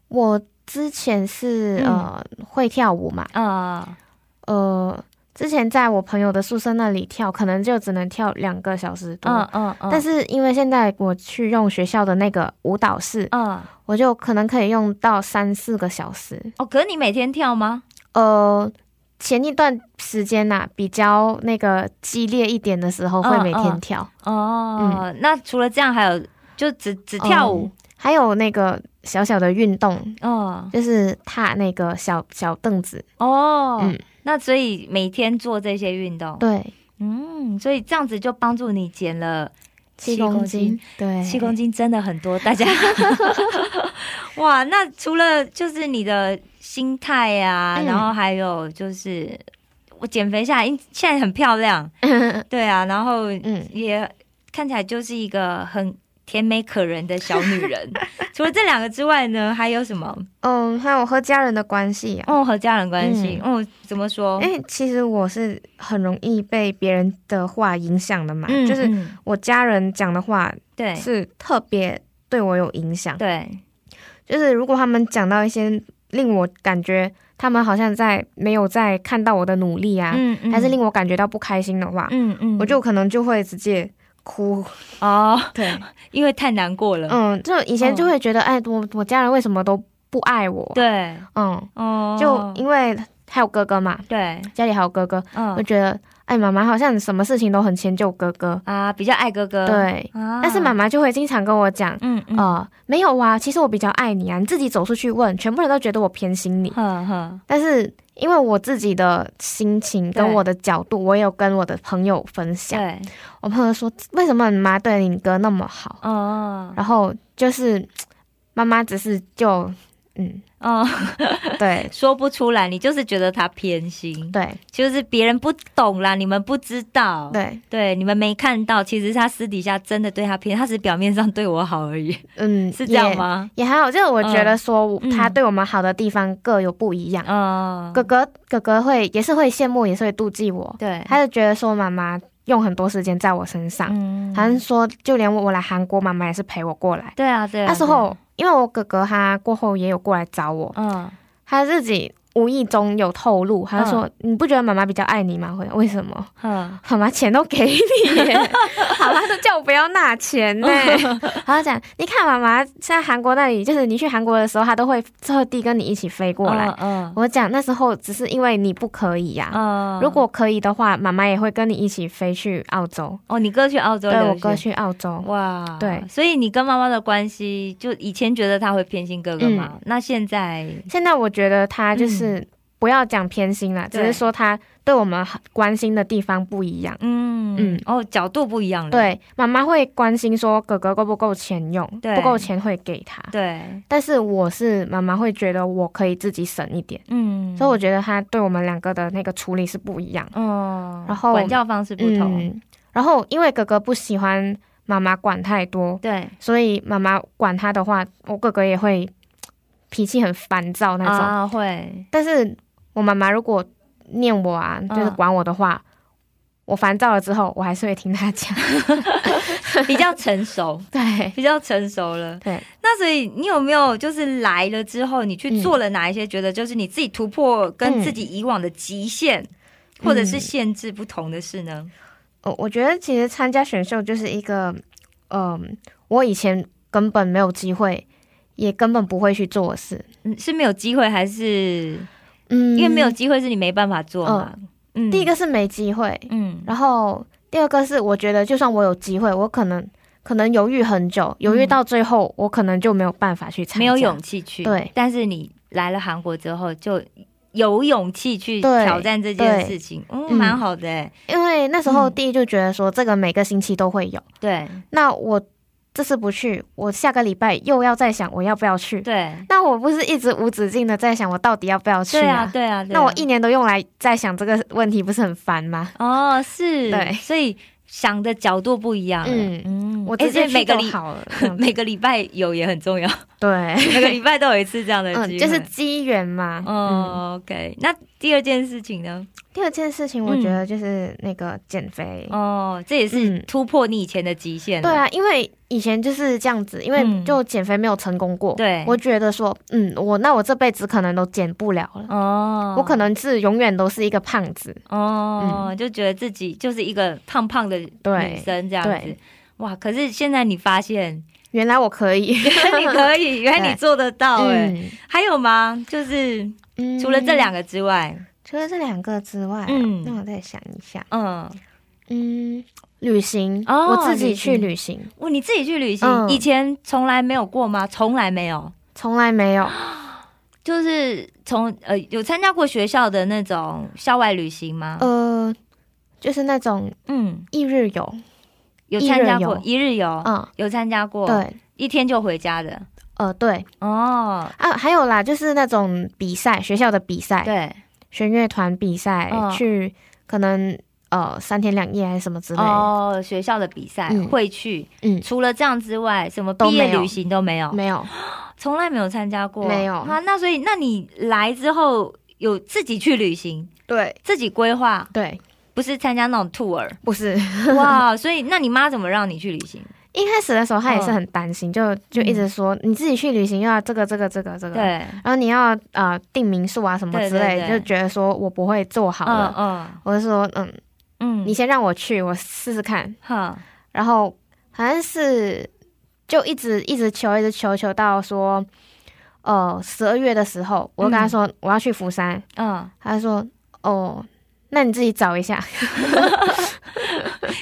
S3: 我之前是、
S2: 嗯
S3: 呃会跳舞嘛，
S2: 啊、
S3: 呃，之前在我朋友的宿舍那里跳，可能就只能跳两个小时多。
S2: 嗯嗯嗯，
S3: 但
S2: 是
S3: 是因为现在我去用学校的那个舞蹈室，
S2: 嗯
S3: 我就可能可以用到三四个小时。
S2: 哦，可是你每天跳吗？
S3: 呃，前一段时间呐、比较那个激烈一点的时候，会
S2: 嗯
S3: 每天
S2: 嗯
S3: 跳。
S2: 哦，
S3: 嗯
S2: 那除了这样，还有就只只跳舞，
S3: 还有那个小小的运动，
S2: 哦
S3: 就是踏那个小小凳子。
S2: 哦、
S3: 嗯
S2: 那所以每天做这些运动，
S3: 对，
S2: 嗯，所以这样子就帮助你减了
S3: 七公斤，对，
S2: 七公斤真的很多，大家。 <laughs> 哇，那除了就是你的心态呀、
S3: 嗯
S2: 然后还有就是我减肥下来，因现在很漂亮，对啊，然后
S3: 嗯
S2: 也看起来就是一个很甜美可人的小女人。除了这两个之外呢，还有什么？
S3: 嗯，还有和家人的关系啊。
S2: 哦，和家人关系，哦，怎么说？
S3: 因为其实我是很容易被别人的话影响的嘛，
S2: 嗯
S3: 就是
S2: 嗯
S3: 我家人讲的话
S2: 对
S3: 是特别对我有影响。
S2: 对，
S3: 就是如果他们讲到一些令我感觉他们好像在没有在看到我的努力啊，
S2: 嗯嗯
S3: 还是令我感觉到不开心的话，
S2: 嗯嗯，
S3: 我就可能就会直接哭。
S2: 哦，
S3: 对，
S2: 因为太难过了，
S3: 嗯，就以前就会觉得，哎，我我家人为什么都不爱我？，
S2: 对，
S3: 嗯，
S2: 哦，
S3: 就因为还有哥哥嘛，
S2: 对，
S3: 家里还有哥哥，
S2: 嗯
S3: 我觉得，哎，妈妈好像什么事情都很迁就哥哥，
S2: 啊，比较爱哥哥。，
S3: 对。
S2: 啊
S3: 但是妈，妈就会经常跟我讲，
S2: 嗯嗯，
S3: 呃，没有啊，其实我比较爱你啊，你自己走出去问，全部人都觉得我偏心你。
S2: 呵呵，
S3: 但是因为我自己的心情跟
S2: 对
S3: 我的角度，我也有跟我的朋友分享，
S2: 对，
S3: 我朋友说，为什么你妈对你哥那么好？
S2: 哦
S3: 然后就是嗯妈妈只是就，
S2: <laughs>
S3: 嗯，
S2: 哦，
S3: 对
S2: 说不出来，你就是觉得他偏心，
S3: 对
S2: 就是别人不懂啦，你们不知道，
S3: 对，
S2: 对，你们没看到，其实他私底下真的对他偏，他只是表面上对我好而已， <laughs>
S3: 嗯，
S2: 是这样
S3: 也？
S2: 吗？
S3: 也还好，就是我觉得说
S2: 嗯
S3: 他对我们好的地方各有不一样。
S2: 哦，
S3: 哥哥哥哥会也是会羡慕，也是会妒忌我，
S2: 对，
S3: 他就觉得说妈妈用很多时间在我身上，
S2: 嗯
S3: 好像说就连我我来韩国，妈妈也是陪我过来。
S2: 对啊，对啊，
S3: 那时候因为我哥哥他过后也有过来找我，
S2: 对啊，
S3: 他自己无意中有透露，他就说、你不觉得妈妈比较爱你吗？会为什么？
S2: 嗯哼，
S3: 妈妈钱都给你
S2: <laughs>
S3: 耶，妈妈都叫我不要拿钱呢。然后讲，你看妈妈在韩国那里，就是你去韩国的时候，她都会特地跟你一起飞过来。
S2: 嗯
S3: 我讲那时候只是因为你不可以呀、
S2: 嗯
S3: 如果可以的话，妈妈也会跟你一起飞去澳洲。
S2: 哦，你哥去澳洲
S3: 对
S2: 留学，
S3: 我哥去澳洲，
S2: 哇，
S3: 对
S2: 所以你跟妈妈的关系，就以前觉得她会偏心哥哥嘛，
S3: 嗯
S2: 那现在
S3: 现在我觉得他就是不要讲偏心啦，只
S2: 嗯对
S3: 是说他对我们关心的地方不一样。
S2: 嗯
S3: 嗯
S2: 哦角度不一样了，
S3: 对，妈妈会关心说哥哥够不够钱用，
S2: 对
S3: 不够钱会给他。
S2: 对，
S3: 但是我是妈妈会觉得我可以自己省一点，
S2: 嗯，
S3: 所以我觉得他对我们两个的那个处理是不一样，
S2: 嗯，
S3: 然后
S2: 管教方式不同，
S3: 嗯。然后因为哥哥不喜欢妈妈管太多，
S2: 对
S3: 所以妈妈管他的话，我哥哥也会脾气很烦躁那种。
S2: 啊会，
S3: 但是我妈妈如果念我啊，就是
S2: 嗯
S3: 管我的话，我烦躁了之后，我还是会听她
S2: <laughs>
S3: 讲。
S2: 比较成熟， <laughs>
S3: 对，
S2: 比较成熟了。
S3: 对，
S2: 那所以你有没有就是来了之后，你去
S3: 嗯
S2: 做了哪一些觉得就是你自己突破跟
S3: 嗯
S2: 自己以往的极限，或者是限制不同的事呢？
S3: 我我觉得其实参加选秀就是一个，嗯、我以前根本没有机会，也根本不会去做的事。
S2: 嗯，是没有机会，还是
S3: 嗯哦
S2: 因为没有机会是你没办法做嘛？嗯，
S3: 第一个是没机会，
S2: 嗯，
S3: 然后第二个是我觉得就算我有机会，我可能可能犹豫很久，犹豫到最后，我可能就没有办法去参加，
S2: 没有勇气去，
S3: 对
S2: 但是你来了韩国之后，就有勇气去
S3: 对
S2: 挑战这件事情，嗯，
S3: 嗯
S2: 蛮好的欸、
S3: 因为那时候
S2: 嗯
S3: 第一就觉得说这个每个星期都会有。
S2: 对，
S3: 那我这次不去，我下个礼拜又要再想我要不要去。
S2: 对，
S3: 那我不是一直无止境的在想我到底要不要去
S2: 对啊，对啊，对啊
S3: 那我一年都用来在想这个问题，不是很烦吗？
S2: 哦是，
S3: 对
S2: 所以想的角度不一样。
S3: 嗯
S2: 嗯
S3: 我直
S2: 诶所
S3: 接
S2: 以
S3: 去
S2: 每个
S3: 就
S2: 礼
S3: 好了。这
S2: <laughs>
S3: 样
S2: 每个礼拜有也很
S3: <laughs>
S2: 重要，
S3: 对，
S2: 每个礼拜 <laughs> 都有一次这样的
S3: 嗯，
S2: 机会。
S3: 就是机缘嘛。嗯，
S2: 哦，OK。那第二件事情呢？
S3: 第二件事情我觉得就是那个减肥。
S2: 嗯哦，这也是
S3: 嗯
S2: 突破你以前的极限了。
S3: 对啊，因为以前就是这样子，因为
S2: 嗯
S3: 就减肥没有成功过。
S2: 对
S3: 我觉得说，嗯，我那我这辈子可能都减不了了，
S2: 哦，
S3: 我可能嗯是永远都是一个胖子。
S2: 哦、就觉得自己就是一个胖胖的
S3: 对
S2: 女生这样子
S3: 对。
S2: 哇！可是现在你发
S3: <laughs>
S2: 现，
S3: 原来我
S2: <laughs>
S3: 可以，
S2: 原来你可以，原来你做得到哎、
S3: 嗯
S2: 还有吗？就是
S3: 嗯
S2: 除了这两个之外，
S3: 除了这两个之外啊，
S2: 嗯
S3: 那我再想一下，
S2: 嗯，
S3: 嗯，旅行，
S2: 哦
S3: 我自己去旅行，
S2: 哇，你自己去旅行，
S3: 嗯
S2: 以前从来没有过吗？从来没有，
S3: 从来没
S2: <gasps>
S3: 有，
S2: 就是从呃有参加过学校的那种校外旅行吗？
S3: 呃，就是那种
S2: 嗯，
S3: 一日游，
S2: 有参加过
S3: 一
S2: 一日游，
S3: 嗯，
S2: 有参加哦过，，
S3: 对，
S2: 一天就回家的。
S3: 呃，对
S2: 哦，
S3: 啊，还有啦，就是那种比赛，学校的比赛，
S2: 对，
S3: 弦乐团比赛
S2: 嗯，
S3: 去可能呃三天两夜还是什么之类的，
S2: 哦，学校的比赛、
S3: 嗯
S2: 会去，
S3: 嗯，
S2: 除了这样之外，什么
S3: 都
S2: 毕业
S3: 没有
S2: 旅行都没有，
S3: 没有，
S2: 从来没有参加过，
S3: 没有
S2: 啊，那所以，那你来之后有自己去旅行，
S3: 对
S2: 自己规划，
S3: 对，。
S2: 不是参加那种 tour
S3: <laughs> 不是，
S2: 哇，所以那你妈怎么让你去旅
S3: <laughs>
S2: 行？
S3: 一开始的时候他也是
S2: 嗯
S3: 很担心，就就一直说你自己去旅行又要这个这个这个这个，
S2: 对，
S3: 然后你要呃订民宿啊什么之类，
S2: 对对对
S3: 就觉得说我不会做好
S2: 嗯
S3: 了，
S2: 嗯
S3: 我就说嗯，
S2: 嗯，
S3: 你先让我去，我试试看。
S2: 哈，
S3: 然后好像是就一直一直求，一直求求到说，呃，十二月的时候，我就跟他说、我要去釜山，
S2: 嗯，
S3: 他就说哦，那你自己找一下。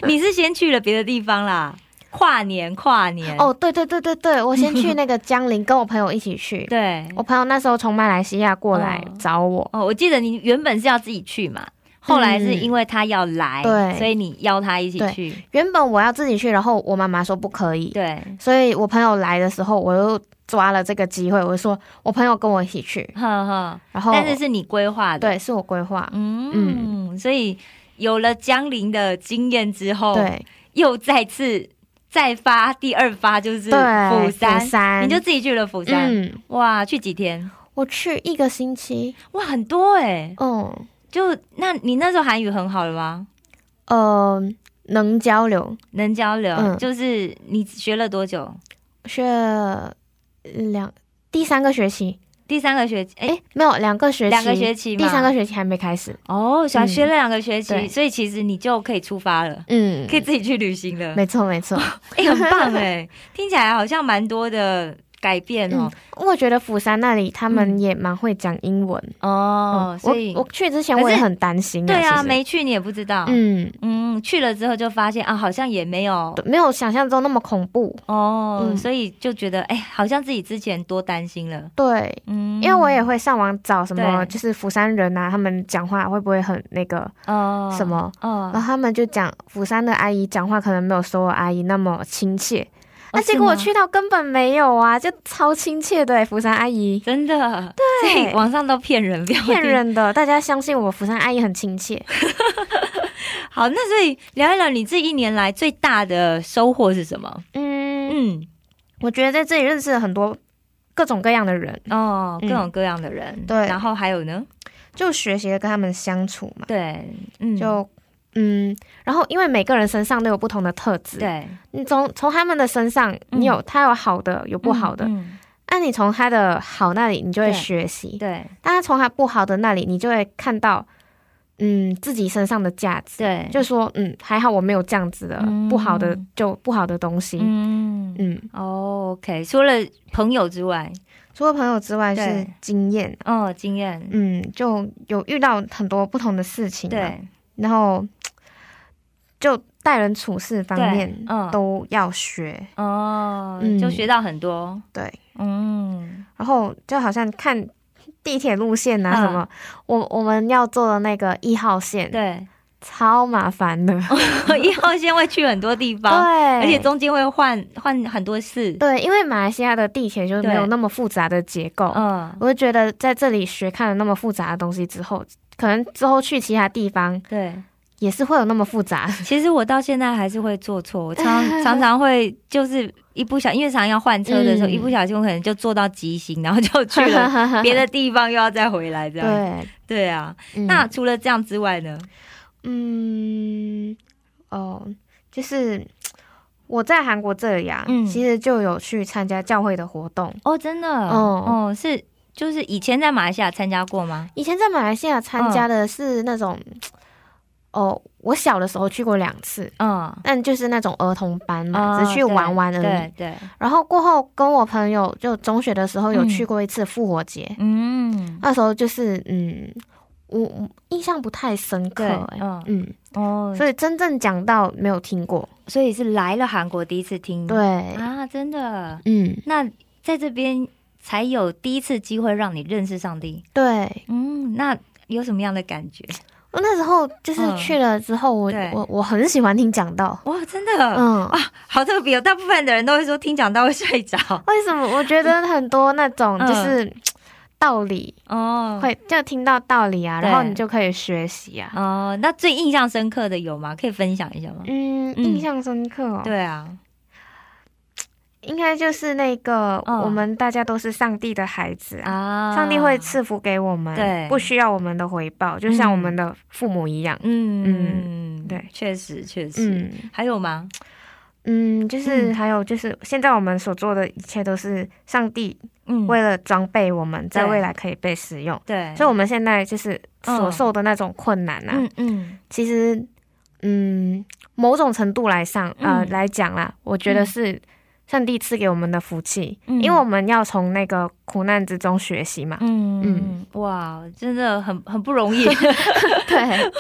S2: 你是先去了别的地方啦，跨年跨年，
S3: 哦，对对对对对，我先去那个江陵，跟我朋友一起去。
S2: 对，
S3: 我朋友那时候从马来西亚过来
S2: 嗯哦
S3: 找我，
S2: 哦，我记得你原本是要自己去嘛，后来是因为他要来，
S3: 嗯对
S2: 所以你邀他一起
S3: 对
S2: 去，
S3: 原本我要自己去，然后我妈妈说不可以，
S2: 对，
S3: 所以我朋友来的时候，我又抓了这个机会，我就说我朋友跟我一起去，
S2: 呵呵，
S3: 然后
S2: 但是是你规划的，
S3: 对，是我规划，
S2: 嗯，所以有了江陵的经验之后，，
S3: 对
S2: 又再次再发第二发就是
S3: 对，
S2: 釜山，
S3: 山
S2: 你就自己去了釜山，
S3: 嗯，
S2: 哇，去几天？
S3: 我去一个星期，
S2: 哇，很多哎、
S3: 嗯
S2: 就那你那时候韩语很好了吗？
S3: 呃，能交流，
S2: 能交流，
S3: 嗯
S2: 就是你学了多久？
S3: 学两第三个学期，
S2: 第三个学期，哎、
S3: 哎、没有两个学期，
S2: 两个学期嘛
S3: 第三个学期还没开始，
S2: 哦，小
S3: 嗯
S2: 学了两个学期，
S3: 对
S2: 所以其实你就可以出发了，
S3: 嗯，
S2: 可以自己去旅行了。
S3: 没错没错，
S2: 哎、很棒哎、听起来好像蛮多的改变哦
S3: 嗯。，我觉得釜山那里他们
S2: 嗯
S3: 也蛮会讲英文，
S2: 哦
S3: 嗯，
S2: 所以
S3: 我我去之前
S2: 可是
S3: 我也很担心、
S2: 对
S3: 其
S2: 啊，
S3: 实
S2: 没去你也不知道。嗯
S3: 嗯。
S2: 去了之后就发现啊，好像也没有
S3: 没有想象中那么恐怖。
S2: 哦，
S3: 嗯
S2: 所以就觉得哎、好像自己之前多担心了。
S3: 对，
S2: 嗯，
S3: 因为我也会上网找什么，
S2: 对
S3: 就是釜山人啊，他们讲话会不会很那个
S2: 哦
S3: 什么？啊
S2: 哦
S3: 然后他们就讲釜山的阿姨讲话可能没有所有阿姨那么亲切。那、
S2: 哦
S3: 结果我
S2: 是吗
S3: 去到根本没有啊，就超亲切的欸釜山阿
S2: <laughs>
S3: 姨，
S2: 真的，对所以网上都骗人，不要
S3: 骗
S2: 听。
S3: 人的！大家相信我，釜山阿姨很亲切。
S2: 好，那所以聊一聊你这一年来最大的收获是什么？
S3: 嗯，
S2: 嗯，
S3: 我觉得在这里认识了很多各种各样的人，
S2: 哦，各
S3: 嗯
S2: 种各样的人，
S3: 对
S2: 然后还有呢，
S3: 就学习了跟他们相处嘛，
S2: 对，嗯，
S3: 就。嗯，然后因为每个人身上都有不同的特质，
S2: 对，
S3: 你从从他们的身上，
S2: 嗯
S3: 你有、他有好的，有不好的，那、
S2: 嗯
S3: 你从他的好那里，你就会
S2: 对
S3: 学
S2: 嗯；
S3: 习
S2: 对
S3: 但他从他不好的那里，你就会看到，嗯，自己身上的价值。
S2: 对，
S3: 就说，嗯，还好我没有这样子的、
S2: 嗯
S3: 不好的，就不好的东西。嗯
S2: 嗯。哦，OK，除了朋友之外，
S3: 除了朋友之外
S2: 对
S3: 是经验，
S2: 哦，经验，
S3: 嗯，就有遇到很多不同的事情、，
S2: 对，
S3: 然后就待人处事方
S2: 对
S3: 面
S2: 嗯
S3: 都要学。
S2: 哦，
S3: 嗯
S2: 就学到很多，
S3: 对，
S2: 嗯，
S3: 然后就好像看地铁路线啊
S2: 嗯
S3: 什么，我我们要坐的那个一号线，
S2: 对，
S3: 超麻烦
S2: <laughs>
S3: 的。
S2: 一号线会去很多地
S3: 嗯对，
S2: 方，而且中间会换换很多次。
S3: 对，因为马来西亚的地铁就是没有
S2: 对
S3: 那么复杂的结构，
S2: 嗯，
S3: 我就觉得在这里学看了那么复杂的东西之后，可能之后去其他地方
S2: 对。
S3: 也是会有那么复杂。
S2: <laughs> 其实我到现在还是会做错，
S3: <laughs>
S2: 我常常常会就是一不小，因为常常要换车的时候，
S3: 嗯
S2: 一不小心我可能就坐到极星，然后就去了
S3: <laughs>
S2: 别的地方，又要再回来这样。
S3: 对，
S2: 对啊，
S3: 嗯
S2: 那除了这样之外呢？
S3: 嗯，哦，就是我在韩国这里啊，
S2: 嗯
S3: 其实就有去参加教会的活动。
S2: 哦，真的，
S3: 哦
S2: 哦，是就是以前在马来西亚参加过吗？
S3: 以前在马来西亚参
S2: 嗯
S3: 加的是那种，哦，我小的时候去过两次，
S2: 嗯，
S3: 但就是那种儿童班
S2: 哦
S3: 嘛，嗯只是去玩玩而已。
S2: 对对，
S3: 然后过后跟我朋友就中学的时候有
S2: 嗯
S3: 去过一次复活节，
S2: 嗯，
S3: 那时候就是嗯，我我印象不太深
S2: 对
S3: 刻、欸，
S2: 嗯
S3: 嗯，
S2: 哦，所
S3: 所以真正讲到没有听过，
S2: 以所以是来了韩国第一次听，
S3: 对，
S2: 啊，真的，
S3: 嗯，
S2: 那在这边才有第一次机会让你认识上帝。
S3: 对。
S2: 嗯，那有什么样的感觉？
S3: 我那时候就是
S2: 嗯
S3: 去了之后，我
S2: 对
S3: 我我很喜欢听讲道，
S2: 哇，真的，
S3: 嗯，
S2: 好特别哦！大部分的人都会说听讲到会睡着
S3: 为什么？我觉得很多那种
S2: 嗯
S3: 就是道理，
S2: 哦。
S3: 会就听到道理啊，
S2: 对
S3: 然后你就可以学习啊。
S2: 哦，那最印象深刻的有吗？可以分享一下吗？
S3: 嗯，
S2: 嗯
S3: 印象深刻哦。
S2: 对啊，
S3: 应该就是那个、
S2: 嗯
S3: 我们大家都是上帝的孩子啊，
S2: 啊，
S3: 上帝会赐福给我们，
S2: 对
S3: 不需要我们的回报，就像我们的父母一样。
S2: 嗯，
S3: 嗯对
S2: 确实确实。
S3: 嗯
S2: 还有吗？
S3: 嗯，就是
S2: 嗯
S3: 还有就是，现在我们所做的一切都是上帝
S2: 嗯，
S3: 为了装备我们，在
S2: 对
S3: 未来可以被使用。
S2: 对，
S3: 所以，我们现在就是所
S2: 嗯
S3: 受的那种困难啊，
S2: 嗯嗯，
S3: 其实，嗯，某种程度来上，呃，
S2: 嗯
S3: 来讲啦，我觉得
S2: 嗯
S3: 是上帝赐给我们的福气，
S2: 嗯
S3: 因为我们要从那个苦难之中学
S2: <laughs>
S3: 习嘛。
S2: 嗯，哇，真的很很不容
S3: <laughs>
S2: 易，
S3: 对，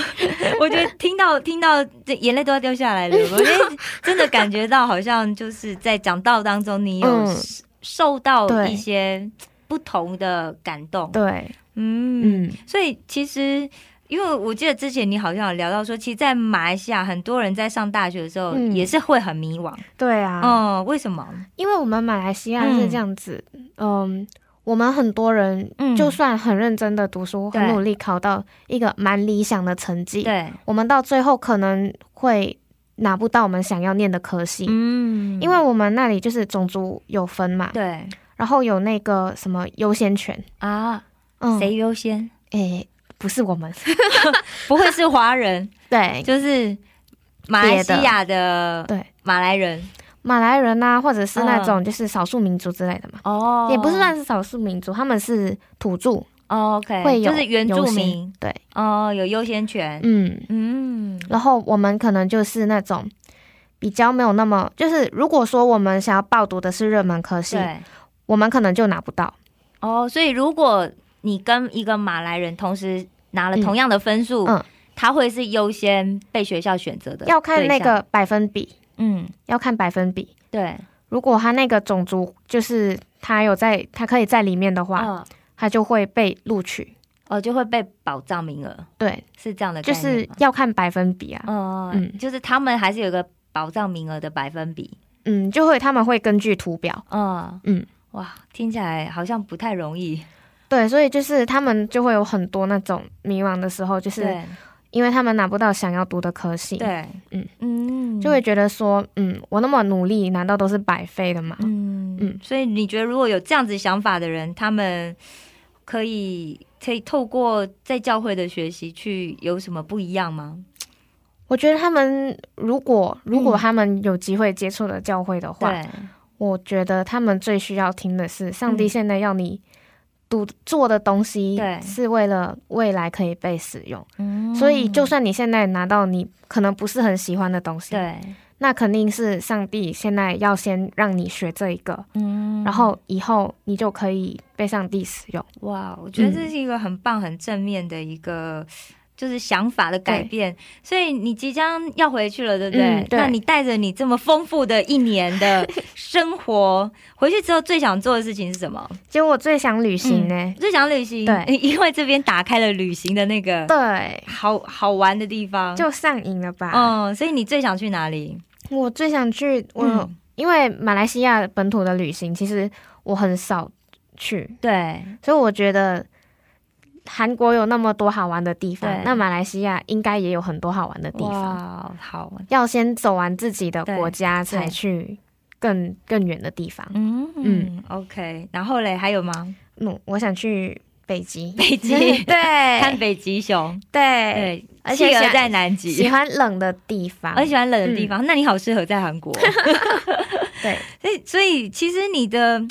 S2: 我觉得听到听到这眼泪都要掉下
S3: <laughs>
S2: 来了。我觉得真的感觉到好像就是在讲道当中，你有
S3: 嗯
S2: 受到
S3: 对
S2: 一些不同的感动。
S3: 对，
S2: 嗯，
S3: 嗯，
S2: 所以其实。因为我记得之前你好像有聊到说，其实，在马来西亚很多人在上大学的时候
S3: 嗯
S2: 也是会很迷惘，
S3: 对啊，
S2: 嗯，为什么？
S3: 因为我们马来西亚是这样子，嗯。我们很多人
S2: 嗯
S3: 就算很认真的读书，
S2: 对
S3: 很努力考到一个蛮理想的成绩，
S2: 对，
S3: 我们到最后可能会拿不到我们想要念的科系，
S2: 嗯
S3: 因为我们那里就是种族有分嘛，
S2: 对
S3: 然后有那个什么优先权，
S2: 啊，
S3: 嗯，
S2: 谁优先？
S3: 诶，不是我们， <laughs>
S2: 不会是华人，
S3: 对
S2: 就是马来西亚的
S3: 对，
S2: 马来人
S3: 马来人呐、或者是那种就是少数民族之类的嘛，
S2: 嗯哦
S3: 也不是算是少数民族，他们是土著，
S2: 哦 OK，
S3: 会有
S2: 就是原住
S3: 优
S2: 民
S3: 先对，
S2: 哦，有优先权。
S3: 嗯，
S2: 嗯
S3: 然后我们可能就是那种比较没有那么，就是如果说我们想要报读的是热门科系，
S2: 对
S3: 我们可能就拿不到，
S2: 哦，所以如果你跟一个马来人同时拿了
S3: 嗯
S2: 同样的分数，
S3: 嗯
S2: 他会是优先被学校选择的，
S3: 要看那，个百分比，
S2: 嗯，
S3: 要看百分比。
S2: 对，
S3: 如果他那个种族就是他有在，他可以在里面的话，
S2: 嗯，
S3: 他就会被录取。
S2: 哦，就会被保障名额，
S3: 对，
S2: 是这样的概
S3: 就
S2: 念吗，
S3: 是要看百分比啊。
S2: 哦，
S3: 嗯
S2: 就是他们还是有一个保障名额的百分比，
S3: 嗯，就会他们会根据图表，
S2: 嗯
S3: 嗯，
S2: 哇，听起来好像不太容易，
S3: 对，所以就是他们就会有很多那种迷茫的时候，就是
S2: 对
S3: 因为他们拿不到想要读的科系，，
S2: 对，
S3: 嗯
S2: 嗯，
S3: 就会觉得说，嗯，我那么努力，难道都是白费的吗？
S2: 嗯嗯
S3: 嗯，
S2: 所以你觉得如果有这样子想法的人，他们可以可以透过在教会的学习去有什么不一样吗？
S3: 我觉得他们如果如
S2: 嗯
S3: 果他们有机会接触了教会的话，
S2: 对，
S3: 我觉得他们最需要听的是，上帝
S2: 嗯
S3: 现在要你读做的东西
S2: 对，
S3: 是为了未来可以被使用。
S2: 嗯
S3: 所以，就算你现在拿到你可能不是很喜欢的东西，
S2: 对，
S3: 那肯定是上帝现在要先让你学这一个，
S2: 嗯
S3: 然后以后你就可以被上帝使用。嗯
S2: 哇，我觉得这是一个很棒、很正面的一个。就是想法的改变。所以你即将要回去了，对不对？
S3: 嗯对
S2: 那你带着你这么丰富的一年
S3: <laughs>
S2: 的生活回去之后，最想做的事情是什么？
S3: 其实我最想旅行呢、
S2: 最想旅行，
S3: 对
S2: <laughs> 因为这边打开了旅行的那个
S3: 对，
S2: 好好玩的地方。
S3: 就上瘾了吧。
S2: 嗯，所以你最想去哪里？
S3: 我最想去我、
S2: 嗯
S3: 因为马来西亚本土的旅行，其实我很少去，
S2: 对，
S3: 所以我觉得韩国有那么多好玩的地
S2: 对
S3: 方，那马来西亚应该也有很多好玩的地方。
S2: 哇，好，
S3: 要先走完自己的
S2: 对
S3: 国家，
S2: 对
S3: 才去更更远的地方。
S2: 嗯嗯，OK。然后嘞，还有吗？
S3: 嗯，我想去北极，
S2: 北极，看
S3: <laughs> 对
S2: 北极熊，
S3: 对，
S2: 对，
S3: 哎而且
S2: 企鹅
S3: 喜欢
S2: 在南
S3: 喜
S2: 极。
S3: 欢冷的地方，
S2: 很喜欢冷的地方，那你好适合在韩 <laughs> 国。
S3: 对，
S2: <laughs> 所以，所以其实你的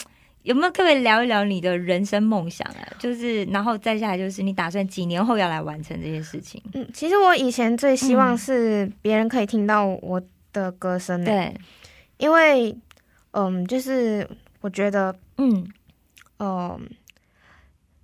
S2: 有没有可不可以聊一聊你的人生梦想啊？就是，然后再下来就是你打算几年后要来完成这件事情？
S3: 嗯，其实我以前最希望
S2: 嗯
S3: 是别人可以听到我的歌声，，欸
S2: 对，
S3: 因为，嗯，就是我觉得，
S2: 嗯，
S3: 嗯，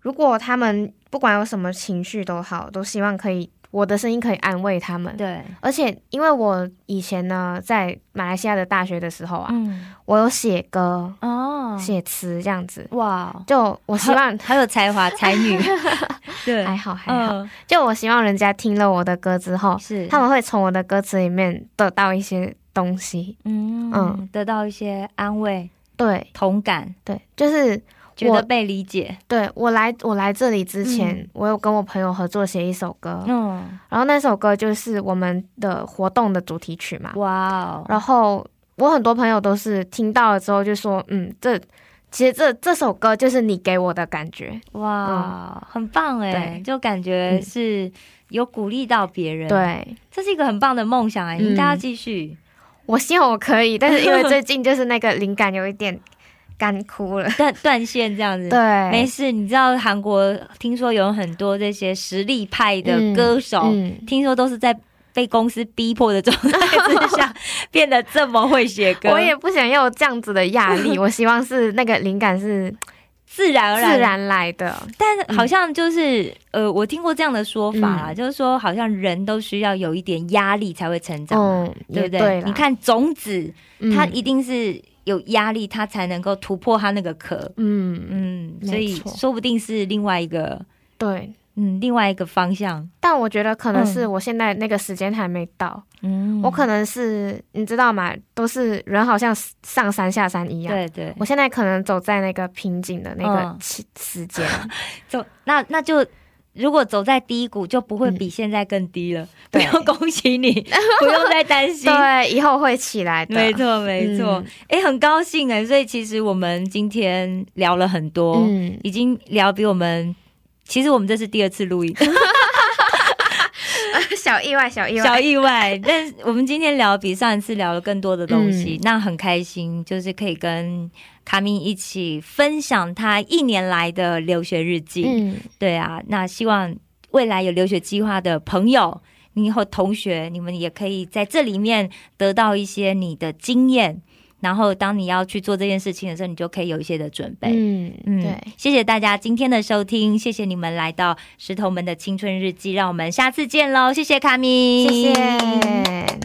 S3: 如果他们不管有什么情绪都好，都希望可以我的声音可以安慰他们。
S2: 对，
S3: 而且，因为我以前呢，在马来西亚的大学的时候啊，
S2: 嗯，
S3: 我有写歌、
S2: 哦，
S3: 写词这样子，
S2: 哇，
S3: 就我希望
S2: 好有才华，才女， <laughs> 对，
S3: 还好还好，
S2: 嗯，
S3: 就我希望人家听了我的歌之后，
S2: 是
S3: 他们会从我的歌词里面得到一些东西。
S2: 嗯
S3: 嗯
S2: 得到一些安慰、
S3: 对
S2: 同感，
S3: 对，就是
S2: 觉得被理解。
S3: 对我来我来这里之前，
S2: 嗯
S3: 我有跟我朋友合作写一首歌，
S2: 嗯，
S3: 然后那首歌就是我们的活动的主题曲嘛。
S2: 哇哦，
S3: 然后我很多朋友都是听到了之后就说，嗯，这其实这这首歌就是你给我的感觉，
S2: 哇，很棒哎，
S3: 嗯对
S2: 就感觉
S3: 嗯
S2: 是有鼓励到别人，，
S3: 对。
S2: 这是一个很棒的梦想哎，
S3: 嗯
S2: 应该要继
S3: <laughs>
S2: 续。。
S3: 我希望我可以，但是因为最近就是那个灵感有一点干枯了
S2: 断断线这样子。
S3: 对，
S2: 没事，你知道韩国听说有很多这些实力派的歌手，
S3: 嗯，
S2: 听说都是在被公司逼迫的状态之
S3: <laughs>
S2: 下变得这么会写歌，
S3: 我也不想要有这样子的压
S2: <laughs>
S3: 力，我希望是那个灵感是
S2: 自然而
S3: 自
S2: 然。
S3: 然来的。
S2: 但好像就是、呃，我听过这样的说法啦，
S3: 嗯
S2: 就是说好像人都需要有一点压力才会成长，
S3: 嗯，
S2: 对
S3: 也
S2: 不对？
S3: 对啦？
S2: 你看种子，
S3: 嗯，
S2: 它一定是有压力，它才能够突破它那个壳。
S3: 嗯，
S2: 嗯，
S3: 没
S2: 所以
S3: 错
S2: 说不定是另外一个
S3: 对。
S2: 嗯另外一个方向。
S3: 但我觉得可能是
S2: 嗯
S3: 我现在那个时间还没到，
S2: 嗯
S3: 我可能是你知道吗？都是人好像上山下山一样。
S2: 对对，
S3: 我现在可能走在那个瓶颈的那个
S2: 嗯
S3: 期时 <laughs> 间，
S2: 走那那就如果走在低谷，就不会比现在更低了。不
S3: 嗯对
S2: 用恭喜你，
S3: <laughs>
S2: 不用再担心。
S3: 对，以后会起来的。
S2: 没错，没错
S3: 嗯，
S2: 哎、很高兴哎，所以其实我们今天聊了很多，
S3: 嗯，
S2: 已经聊比我们，其实我们这是第二次录音，
S3: <laughs> 小意嗯外，小意外，
S2: 小意外，但是我们今天聊比上一次聊了更多的东西，
S3: 嗯
S2: 那很开心，就是可以跟卡米一起分享他一年来的留学日记。
S3: 嗯，
S2: 对啊，那希望未来有留学计划的朋友，你以后同学，你们也可以在这里面得到一些你的经验，然后当你要去做这件事情的时候，你就可以有一些的准备。
S3: 嗯，对，
S2: 谢谢大家今天的收听，谢谢你们来
S3: 嗯
S2: 到石头们的青春日记，让我们下次见喽！谢谢卡米，
S3: 谢谢。